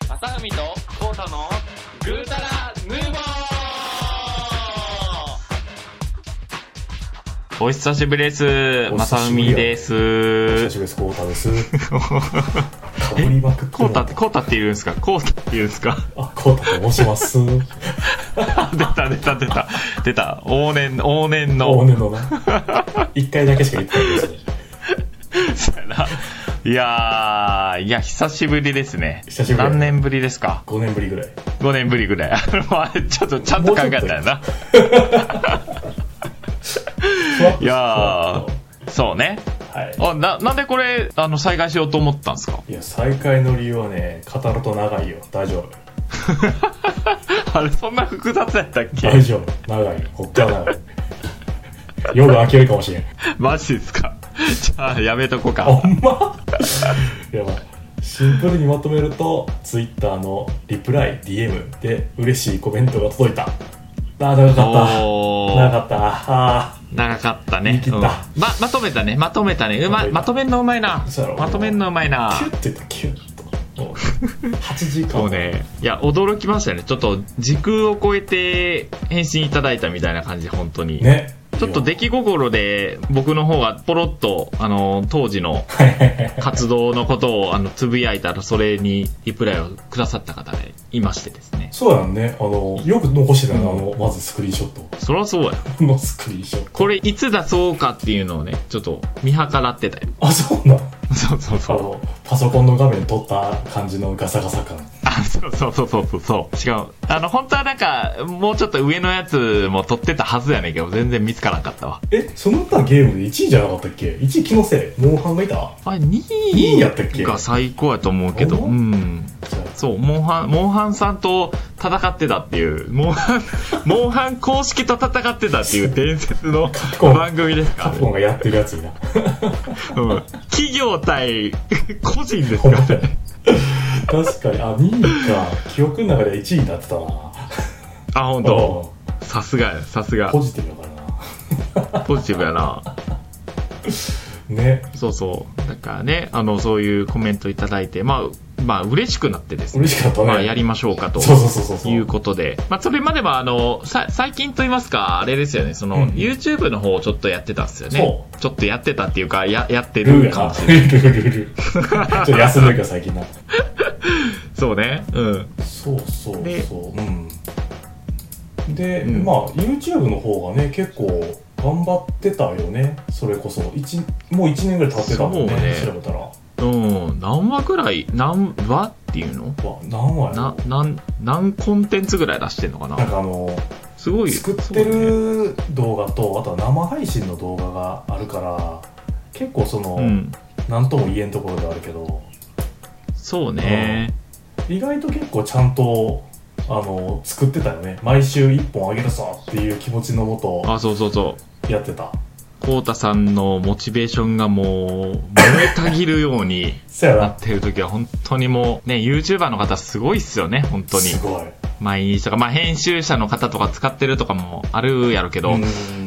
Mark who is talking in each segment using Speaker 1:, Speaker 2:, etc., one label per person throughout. Speaker 1: 田海とコウタのグータラヌーボー
Speaker 2: お久しぶりです。
Speaker 3: お
Speaker 2: まさ
Speaker 3: 久し
Speaker 2: う
Speaker 3: ぶり
Speaker 2: み
Speaker 3: や
Speaker 2: で
Speaker 3: 久
Speaker 2: す
Speaker 3: し。ぶりです、コータです。 かぶりまくって
Speaker 2: コ
Speaker 3: る
Speaker 2: ウタって、コウタって言うんですかコウタって言うんですか
Speaker 3: あ、コータと申します。
Speaker 2: 出た、出た、出た。出た。往年、往年
Speaker 3: 大
Speaker 2: の。
Speaker 3: 根のな。一回だけしか言ってないですね。
Speaker 2: そうや ないやー、いや、久しぶりですね。
Speaker 3: 久しぶり
Speaker 2: 何年ぶりですか
Speaker 3: 5年ぶりぐらい。
Speaker 2: ?5 年ぶりぐらい。 あのあれちょっと、ちゃんと考えたよな。
Speaker 3: ふわっと
Speaker 2: いや
Speaker 3: ふわっ
Speaker 2: ー、そうね。
Speaker 3: とはい。
Speaker 2: あ、な、なんでこれ、あの、再開しようと思ったんですか
Speaker 3: いや、再会の理由はね、語ると長いよ。大丈夫。
Speaker 2: あれ、そんな複雑やったっけ
Speaker 3: 大丈夫。長いよ。こっから長い。夜が明けるかもしれん。
Speaker 2: マジですか じゃあ、やめとこうか。
Speaker 3: ほんまいやばい。シンプルにまとめると、Twitter のリプライ、DM で嬉しいコメントが届いた。あー、長かった。
Speaker 2: お
Speaker 3: 長
Speaker 2: ー
Speaker 3: かった。あ
Speaker 2: 長かったね
Speaker 3: 言い切った
Speaker 2: うんままとめたねまとめたねうま
Speaker 3: まと
Speaker 2: まとめ
Speaker 3: めた
Speaker 2: んのうまいな
Speaker 3: そうやろ
Speaker 2: まとめんのうまいな
Speaker 3: ーキュッて言った、キュッと。もう8時間。
Speaker 2: そうねいや驚きましたねちょっと時空を超えて返信いただいたみたいな感じ本当に、
Speaker 3: ね。
Speaker 2: ちょっと出来心で僕の方がポロッとあの当時の
Speaker 3: はいはいはい
Speaker 2: 活動のことをあのつぶやいたらそれにリプライをくださった方がいましてですね
Speaker 3: そうやんね。あの、よく残してたの、あの、まずスクリーンショット。
Speaker 2: そりゃそうや
Speaker 3: このスクリーンショット。
Speaker 2: これいつ出そうかっていうのをねちょっと見計らってたよ
Speaker 3: あ、そうなん。
Speaker 2: そうそう
Speaker 3: あ
Speaker 2: そう
Speaker 3: の、パソコンの画面撮った感じのガサガサ感。
Speaker 2: あ、そうそうそうそうそうそう。違う。あの、本当はなんか、もうちょっと上のやつも撮ってたはずやねんけど、全然見つからんかったわ。
Speaker 3: え、その他ゲームで1位じゃなかったっけ ?1 位気のせい。モンハンがいた
Speaker 2: あれ、2
Speaker 3: 二
Speaker 2: 位
Speaker 3: 位やったっけ
Speaker 2: が最高やと思うけど、
Speaker 3: ほ
Speaker 2: うんん。
Speaker 3: じゃあ
Speaker 2: そう、モンハン、モンハンさんと戦ってたっていう、モン ハン、モンハン公式と戦ってたっていう伝説の
Speaker 3: プコン
Speaker 2: 番組です
Speaker 3: カ
Speaker 2: か
Speaker 3: プコン
Speaker 2: ら、
Speaker 3: がやってるやつに な。
Speaker 2: うん。企業対個人です
Speaker 3: ほん
Speaker 2: か
Speaker 3: ま
Speaker 2: ら
Speaker 3: や
Speaker 2: ね。
Speaker 3: 確かに、あ、2位か。記憶の中で1位になってたな。
Speaker 2: あ、本当。
Speaker 3: ど
Speaker 2: さすがや、さすが
Speaker 3: ポ。ジティブだから
Speaker 2: ポジティブやな。
Speaker 3: な。ね。
Speaker 2: そうそう。だからね、あの、そういうコメントいただいて、まあ、まあ、嬉しくなってですね。
Speaker 3: 嬉しかったね。
Speaker 2: まあ、やりましょうかと。
Speaker 3: そうそうそうそうそう。
Speaker 2: いうことで。まあ、それまでは、あの、さ、最近と言いますか、あれですよね、その、
Speaker 3: うん
Speaker 2: YouTube の方をちょっとやってたんですよね
Speaker 3: そ。
Speaker 2: ちょっとやってたっていうか、や、やって
Speaker 3: ルー
Speaker 2: る
Speaker 3: や
Speaker 2: か
Speaker 3: な。
Speaker 2: もしれない。
Speaker 3: ルールールールー。 ちょっと休んでるから最近な。
Speaker 2: そうね。うん。
Speaker 3: そうそう
Speaker 2: で
Speaker 3: そう。うん。で、
Speaker 2: うん
Speaker 3: まあ YouTube の方がね、結構頑張ってたよね。それこそ。一もう1年ぐらい経ってたもん
Speaker 2: そう
Speaker 3: ね。
Speaker 2: ね
Speaker 3: 調べたら。ま
Speaker 2: うん。何話ぐらい、何話っていうの
Speaker 3: あ、何話や
Speaker 2: な
Speaker 3: ろ、
Speaker 2: なん、何コンテンツぐらい出してんのか
Speaker 3: なん
Speaker 2: な
Speaker 3: かあの、
Speaker 2: すごい。
Speaker 3: 作って
Speaker 2: そうね
Speaker 3: る動画と、あとは生配信の動画があるから、結構その、
Speaker 2: うん。
Speaker 3: なんとも言えんところではあるけど、
Speaker 2: そうね。
Speaker 3: 意外と結構ちゃんとあの作ってたよね毎週1本あげるぞっていう気持ちのもと
Speaker 2: あ、そうそうそう。
Speaker 3: やってた
Speaker 2: コウタさんのモチベーションがもう、燃えたぎるよう に
Speaker 3: そや
Speaker 2: なっ
Speaker 3: な
Speaker 2: てる時は本当にもう、ね、YouTuber の方すごいっすよね、本当に。
Speaker 3: すごい
Speaker 2: 毎日とか、まあ編集者の方とか使ってるとかもあるやろけど、
Speaker 3: うん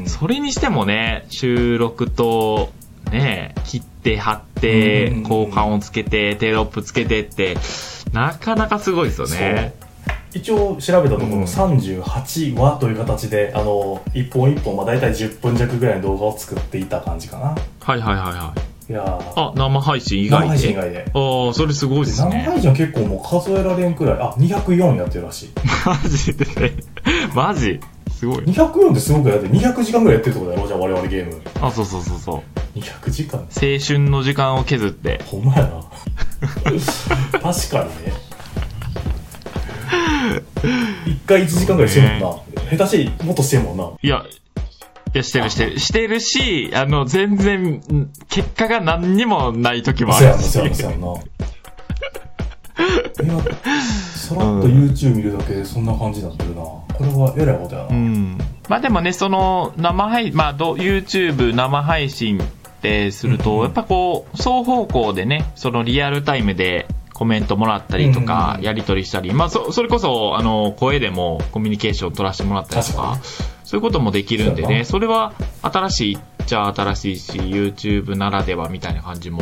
Speaker 2: それにしてもね、収録と、ね、切って貼って、
Speaker 3: うん
Speaker 2: 交換をつけて、テロップつけてって、なかなかすごいですよね。
Speaker 3: 一応調べたところ
Speaker 2: うん
Speaker 3: 38話という形であの1本1本、まあ、大体10分弱ぐらいの動画を作っていた感じかな
Speaker 2: はいはいはいはい。
Speaker 3: いやー
Speaker 2: あ、生配信以
Speaker 3: 生
Speaker 2: 外
Speaker 3: 配信以
Speaker 2: で。
Speaker 3: 外で
Speaker 2: ああ、それすごいで
Speaker 3: です生
Speaker 2: ね。
Speaker 3: 配信は結構もう数えられんくらいあ204やってるらしい
Speaker 2: マジでね。マジすごい。
Speaker 3: 204ってすごくやって200時間ぐらいやってるってことだろじゃあ我々ゲーム
Speaker 2: あ、そうそうそうそう。青
Speaker 3: 200時間
Speaker 2: 春の時間を削って。
Speaker 3: ほんまやな確かにね一回1時間ぐらいしてるもんな、下手しいもっとしてるもんない
Speaker 2: や、いや、してるしてる。してるし、あの、全然、ん結果が何にもない時もあ
Speaker 3: そや
Speaker 2: る
Speaker 3: な
Speaker 2: し
Speaker 3: そ。やなそやな今さらっと YouTube 見るだけでそんな感じになってるなこれはえらいことやな、
Speaker 2: うん。まあでもね、その、生配、まあ、ど YouTube 生配信ってする
Speaker 3: うん
Speaker 2: と、
Speaker 3: うん
Speaker 2: やっぱこう、双方向でね、そのリアルタイムで、コメントもらったりと
Speaker 3: うんうん
Speaker 2: か
Speaker 3: う、ん
Speaker 2: やり取りしたり、まあ、そ、それこそ、あの、声でもコミュニケーション取らせてもらったりとか
Speaker 3: 確、
Speaker 2: そういうこともできるんで
Speaker 3: そうや
Speaker 2: ね、
Speaker 3: な
Speaker 2: それは新しいっちゃ新しいし、YouTube ならではみたいな感じも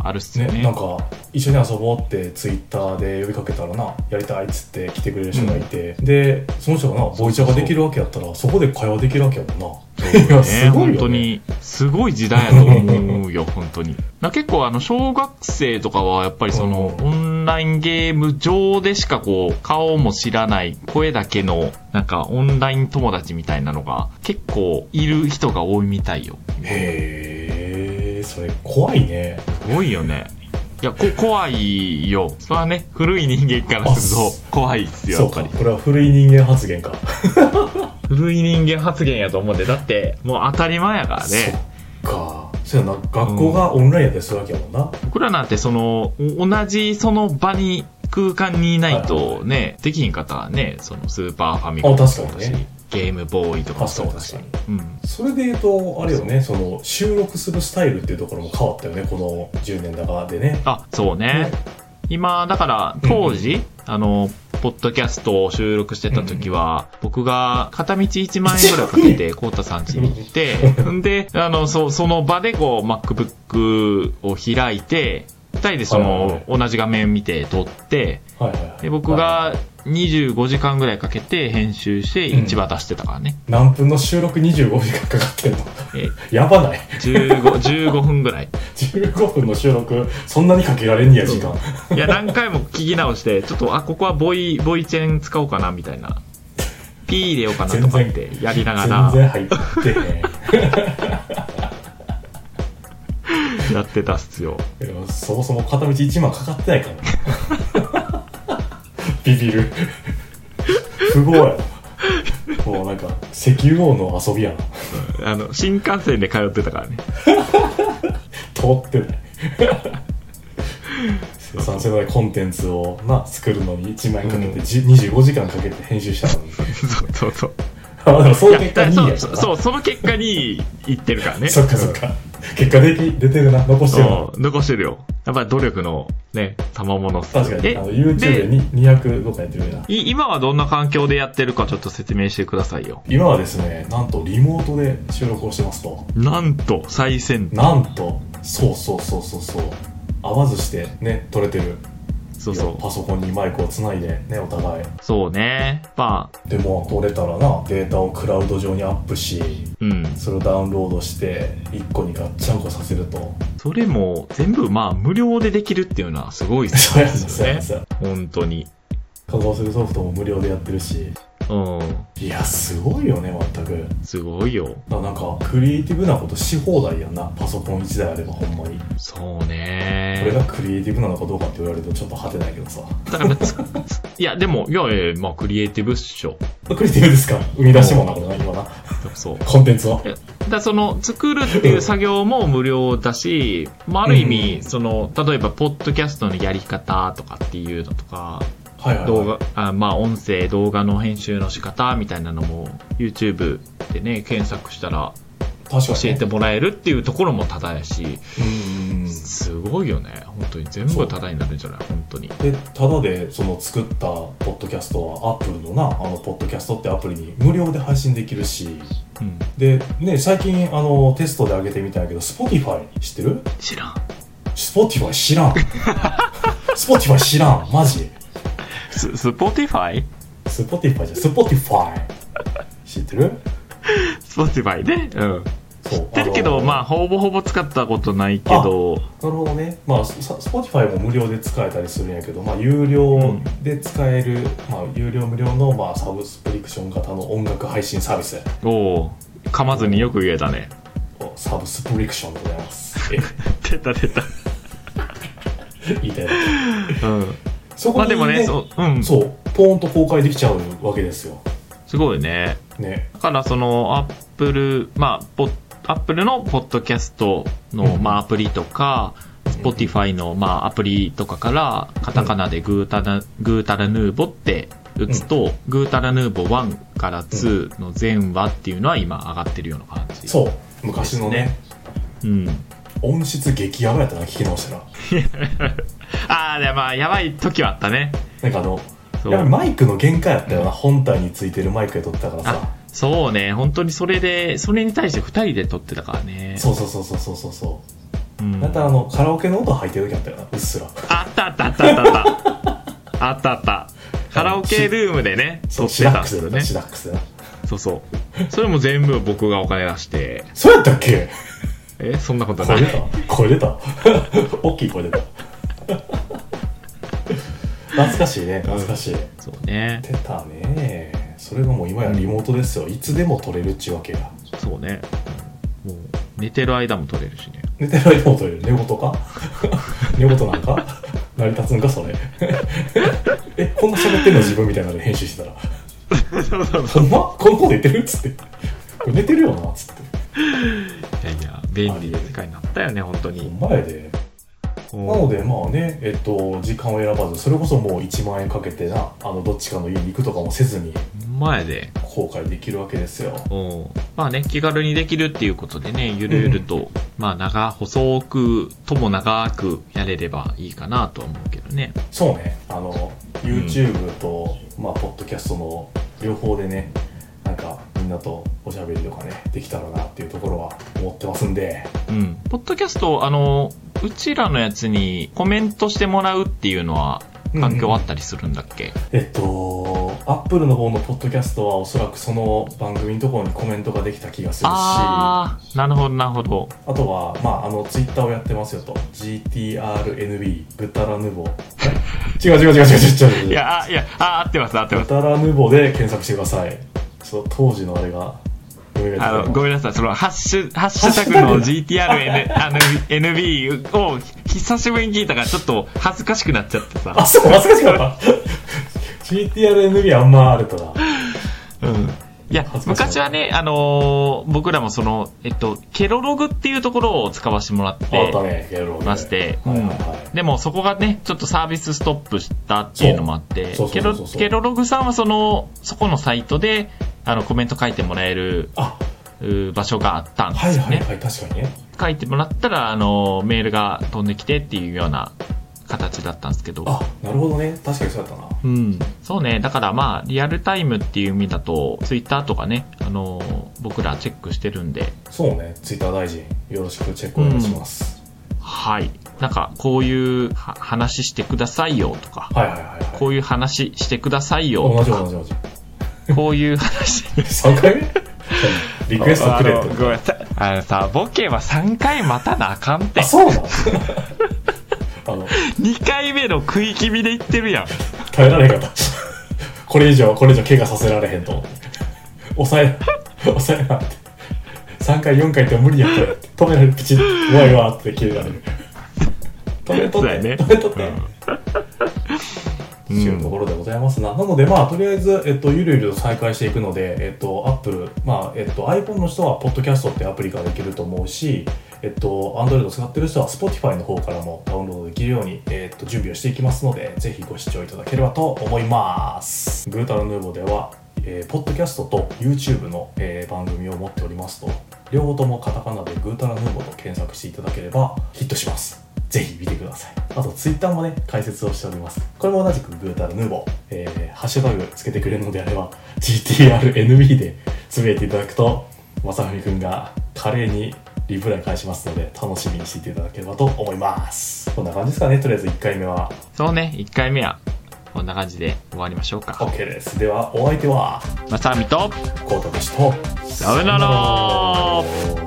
Speaker 2: あるっすよ
Speaker 3: ね
Speaker 2: ね
Speaker 3: なんか一緒に遊ぼうってツイッターで呼びかけたらなやりたいっつって来てくれる人がいて、でその人がなボイチャができるわけやったらそこで会話できるわけやもんな、いやす
Speaker 2: ね、
Speaker 3: ごいよ、ね、
Speaker 2: 本当にすごい時代やと思う よ本当にな結構あの小学生とかはやっぱりその
Speaker 3: う
Speaker 2: オンラインゲーム上でしかこう顔も知らない声だけのなんかオンライン友達みたいなのが結構いる人が多いみたいよ
Speaker 3: へえそれ怖いね
Speaker 2: すごいよねいやこ怖いよそれはね古い人間からする
Speaker 3: あ
Speaker 2: と
Speaker 3: そ
Speaker 2: 怖いっすよ
Speaker 3: そ
Speaker 2: や
Speaker 3: う
Speaker 2: っぱ
Speaker 3: か
Speaker 2: り
Speaker 3: これは古い人間発言か、
Speaker 2: 古い人間発言やと思うんでだってもう当たり前やからね
Speaker 3: そっかそうやな学校がオンラインやったりするわけやもんな、
Speaker 2: 僕らなんてその、お同じその場に、空間にいないとね、できひん方はね、そのスーパーファミコン
Speaker 3: あ
Speaker 2: とか
Speaker 3: 確
Speaker 2: もそ
Speaker 3: か
Speaker 2: う
Speaker 3: に
Speaker 2: だ
Speaker 3: ね
Speaker 2: し、ゲームボーイとかも
Speaker 3: 確か
Speaker 2: そう
Speaker 3: に
Speaker 2: だし
Speaker 3: 確かに。
Speaker 2: うん。
Speaker 3: それで言うとあれよねその収録するスタイルっていうところも変わったよねこの10年だからでね
Speaker 2: あ、そうね
Speaker 3: ね。
Speaker 2: 今、だから、当時、あの、ポッドキャストを収録してた時は、僕が片道1万円ぐらいかけ て、コウタさん家に行って、んで、あの、そ、その場でこう、MacBook を開いて、二人でそ
Speaker 3: はいはい
Speaker 2: の、同じ画面見て撮って、
Speaker 3: はいはいはい
Speaker 2: で僕が25時間ぐらいかけて編集して
Speaker 3: うん
Speaker 2: 1話出してたからね、
Speaker 3: 何分の収録25時間かかってんの
Speaker 2: え
Speaker 3: やばない
Speaker 2: 15, 15分ぐらい
Speaker 3: 15分の収録そんなにかけられんねや時間
Speaker 2: いや何回も聞き直してちょっとあここはボイボイチェン使おうかなみたいな P 入れようかなとかってやりなが
Speaker 3: 全
Speaker 2: ら
Speaker 3: 然入ってへん
Speaker 2: やってたっすよ
Speaker 3: いやそもそも片道1万かかってないから ビビる不合やろもうなんか石油王の遊びやな
Speaker 2: あの新幹線で通ってたからね
Speaker 3: 通ってない生産性のないコンテンツをな作るのに1万円かけて、じ25時間かけて編集したのに
Speaker 2: そうそうそう
Speaker 3: あでもそう
Speaker 2: い
Speaker 3: い
Speaker 2: や
Speaker 3: う結果
Speaker 2: だ
Speaker 3: 2位
Speaker 2: そ
Speaker 3: や
Speaker 2: う
Speaker 3: から
Speaker 2: そう
Speaker 3: な
Speaker 2: そうその結果に行ってるからね
Speaker 3: そっかそっか。結果でき出てるな、残してるな。
Speaker 2: うん残してるよやっぱり努力のね賜物っすよ
Speaker 3: 確かに、
Speaker 2: え
Speaker 3: あの YouTube でに200とかやってるよない
Speaker 2: 今はどんな環境でやってるかちょっと説明してくださいよ。
Speaker 3: 今はですね、なんとリモートで収録をしてますと。
Speaker 2: なんと、最先端。
Speaker 3: なんと、そうそうそうそうそう。合わずしてね、撮れてる。
Speaker 2: そう
Speaker 3: いや
Speaker 2: そ。。
Speaker 3: パソコンにマイクをつないでね、お互いう
Speaker 2: そうね。まあ、
Speaker 3: でも、撮れたらな、データをクラウド上にアップし、
Speaker 2: うん。
Speaker 3: それをダウンロードして、1個にガッチャンコさせると。
Speaker 2: それも、全部まあ、無料でできるっていうのはすごいで
Speaker 3: そうやんな、
Speaker 2: す
Speaker 3: そうや
Speaker 2: よ
Speaker 3: んな、
Speaker 2: ね。
Speaker 3: そうやんな。
Speaker 2: 本当に。
Speaker 3: 稼働するソフトも無料でやってるし。
Speaker 2: うん。
Speaker 3: いや、すごいよね、全く。
Speaker 2: すごいよ。
Speaker 3: だからなんかクリエイティブなことし放題やんなパソコン1台あればほんまにこ
Speaker 2: そう
Speaker 3: れ
Speaker 2: ね。
Speaker 3: がクリエイティブなのかどうかって言われるとちょっと果てないけどさ
Speaker 2: だからつ、つ いや、でも、いやいや、まあ、クリエイティブっしょ。
Speaker 3: クリエイティブですか生み出してもんなことな今な
Speaker 2: そう。
Speaker 3: コンテンツを
Speaker 2: だからその作るっていう作業も無料だし、まあ、ある意味、その例えばポッドキャストのやり方とかっていうのとか
Speaker 3: はいはい、はい、
Speaker 2: 動画あまあ音声動画の編集の仕方みたいなのも YouTube でね検索したら
Speaker 3: 確
Speaker 2: 教
Speaker 3: かに
Speaker 2: え
Speaker 3: ね
Speaker 2: てもらえるっていうところもタダやし
Speaker 3: うんうんうん
Speaker 2: すごいよね本当に全部タダになるんじゃない本当に
Speaker 3: でただでその作ったポッドキャストはアップルのなあのポッドキャストってアプリに無料で配信できるし
Speaker 2: うん
Speaker 3: でね最近あのテストで上げてみたんやけど Spotify 知ってる
Speaker 2: 知らん
Speaker 3: Spotify 知らん Spotify 知らんマジ
Speaker 2: ス Spotify?
Speaker 3: スポティファイじゃん、スポティファイ。知ってる
Speaker 2: Spotify ねうん
Speaker 3: そう。
Speaker 2: 知
Speaker 3: 知っ
Speaker 2: ってるけどまあほぼほぼ使ったことないけど
Speaker 3: なるほどね。まあ、さスポティファイも無料で使えたりするんやけど、まあ、有料で使える、まあ、有料無料の、まあ、サブスクリプション型の音楽配信サービス。
Speaker 2: おお噛まずによく言えたね
Speaker 3: おサブスクリプションでございます。え
Speaker 2: 出た出た
Speaker 3: 言いたいだ
Speaker 2: うん
Speaker 3: け。そこ
Speaker 2: まあ
Speaker 3: に、ね
Speaker 2: でもねそううん
Speaker 3: そう、ポーンと公開できちゃうわけですよ。
Speaker 2: すごいね
Speaker 3: ね。
Speaker 2: だからそのアップルまあポアップルのポッドキャストの、
Speaker 3: うん
Speaker 2: まあ、アプリとか Spotify の、まあ、アプリとかからカタカナでグータラ、グータラヌーボって打つと、グータラヌーボ1から2の全話っていうのは今上がってるような感じ
Speaker 3: そう。昔のね、
Speaker 2: う、ん、
Speaker 3: 音質激ヤバやったな、聞き直したら。
Speaker 2: ああでまあやばい時はあったね
Speaker 3: なんかあの、
Speaker 2: そう
Speaker 3: やっぱりマイクの限界やったよな、本体についてるマイクで撮ってたからさ
Speaker 2: あ。そうね本当にそれでそれに対して2人で撮ってたからね
Speaker 3: そうそうそうそうそうそうそう
Speaker 2: うん
Speaker 3: なんかあのカラオケの音入ってる時あったよなうっすら
Speaker 2: あったあったあったあったあったあったカラオケルームでね撮って
Speaker 3: シラ
Speaker 2: た
Speaker 3: ッ
Speaker 2: んで
Speaker 3: クス
Speaker 2: す
Speaker 3: で
Speaker 2: よ
Speaker 3: な
Speaker 2: ね
Speaker 3: シダックスでな
Speaker 2: そうそうそれも全部僕がお金出して
Speaker 3: そうやったっけ
Speaker 2: えそんなことな
Speaker 3: 声
Speaker 2: い
Speaker 3: 出た声出た 大きい声出た 懐かしいね懐かしい、
Speaker 2: そうね
Speaker 3: 出たねそれがもう今やリモートですよいつでも撮れるっちゅうわけや
Speaker 2: そうねもう寝てる間も撮れるし ね
Speaker 3: 寝てる間も撮れる寝言か 寝言なんか成り立つんかそれ えこんな喋ってんの自分みたいなので編集してたら
Speaker 2: そうそうそ
Speaker 3: ほんまこの子寝てるっつってこれ寝てるよなっつって
Speaker 2: ういやいや便利な世界になったよね本当に
Speaker 3: ほんまやでな
Speaker 2: うん
Speaker 3: のでまあねえっと時間を選ばずそれこそもう1万円かけてなあのどっちかの家に行くとかもせずに
Speaker 2: 前で
Speaker 3: 後悔できるわけですよ
Speaker 2: うんまあね、気軽にできるっていうことでね、ゆるゆると、まあ長、細く、とも長くやれればいいかなとは思うけどね。
Speaker 3: そうねあの YouTube と、まあポッドキャストの両方でねなんかみんなとおしゃべりとかねできたらなっていうところは思ってますんで
Speaker 2: うん。ポッドキャスト、あの、うちらのやつにコメントしてもらうっていうのは、環境あったりするんだっけ、
Speaker 3: えっとアップルの方のポッドキャストはおそらくその番組のところにコメントができた気がするしあ
Speaker 2: ああ、なるほど、なるほど。
Speaker 3: とはまああのツイッターをやってますよと GTRNB グタラ ヌボ違う違う違う違う違う違う違
Speaker 2: い
Speaker 3: う
Speaker 2: や、あいや、あ合ってます、合ってま
Speaker 3: グ
Speaker 2: す。
Speaker 3: タラヌボで検索してくださいその当時のあれが
Speaker 2: あの、ごめんなさい、その、ハッシュ、ハッシュタグ
Speaker 3: ハ
Speaker 2: の
Speaker 3: ッシ
Speaker 2: GTRN、あの、NB を久しぶりに聞いたから、ちょっと恥ずかしくなっちゃってさ。
Speaker 3: あ、そう、懐かしかった。GTRNB あんまあるとな。
Speaker 2: うんいや
Speaker 3: 恥、ずか
Speaker 2: 昔
Speaker 3: しい
Speaker 2: はね、あのー僕らもその、えっと、ケロログっていうところを使わせてもらっ
Speaker 3: あった
Speaker 2: て
Speaker 3: ね、ゲロ
Speaker 2: まして、
Speaker 3: はいはい
Speaker 2: うん
Speaker 3: は
Speaker 2: でもそこがね、ちょっとサービスストップしたっていうのもあって
Speaker 3: そう、そ
Speaker 2: ケ
Speaker 3: うそ
Speaker 2: ロ
Speaker 3: うそうそう
Speaker 2: ケロログさんはその、そこのサイトで、あの、コメント書いてもらえる
Speaker 3: あ
Speaker 2: うー場所があったんで
Speaker 3: い。は
Speaker 2: す
Speaker 3: い
Speaker 2: よ
Speaker 3: はい
Speaker 2: ね。
Speaker 3: はい、確かにね。
Speaker 2: 書いてもらったら、あのーメールが飛んできてっていうような形だったんですけど。
Speaker 3: あ、なるほどね。確かにそうだったな。
Speaker 2: うん、そうね。だからまあ、リアルタイムっていう意味だと、ツイッターとかね、あのー僕らチェックしてるんで、
Speaker 3: そうね、Twitter 大臣、よろしくチェックお願いします。
Speaker 2: はい。なんか、こういうは話してくださいよとか、
Speaker 3: はいはいはいはい。
Speaker 2: こういう話してくださいよ
Speaker 3: 同じ
Speaker 2: と
Speaker 3: 同
Speaker 2: か、
Speaker 3: じ同じ。
Speaker 2: こういう話。
Speaker 3: 3回目 リクエストくれ
Speaker 2: あ
Speaker 3: と
Speaker 2: のごめんなさい。あのさ、ボケは3回待たなあかんって
Speaker 3: あ、。そうなの あの、
Speaker 2: 2回目の食い気味で言ってるやん。
Speaker 3: 耐えられへんかった。これ以上、これ以上怪我させられへんと思って。抑え、抑えなって。3回、4回って無理やって。止められる、ピチッ、わいわーって切れられる。止めとっ
Speaker 2: そうや
Speaker 3: て、
Speaker 2: ね
Speaker 3: 止めとって。
Speaker 2: うん
Speaker 3: っていうところでございますな。なので、まあ、とりあえず、えっと、ゆるゆると再開していくので、えっと、Apple、まあ、えっと、iPhone の人は、ポッドキャストってアプリができると思うし、えっと、Android を使ってる人は、Spotify の方からもダウンロードできるように、えっと、準備をしていきますので、ぜひご視聴いただければと思います。グータラヌーボでは、えーポッドキャストと YouTube の、えー番組を持っておりますと、両方ともカタカナでグータラヌーボと検索していただければヒットします。ぜひ見てください。あと、ツイッターもね、解説をしております。これも同じくグータラヌーボー、えーハッシュタグつけてくれるのであれば、GTRNB でつぶやいていただくと、まさふみくんが華麗にリプライ返しますので、楽しみにしていただければと思います。こんな感じですかね、とりあえず1回目は。
Speaker 2: そうね、1回目は、こんな感じで終わりましょうか。
Speaker 3: OK です。では、お相手は、
Speaker 2: まさみと、
Speaker 3: コータでした。
Speaker 2: さよなら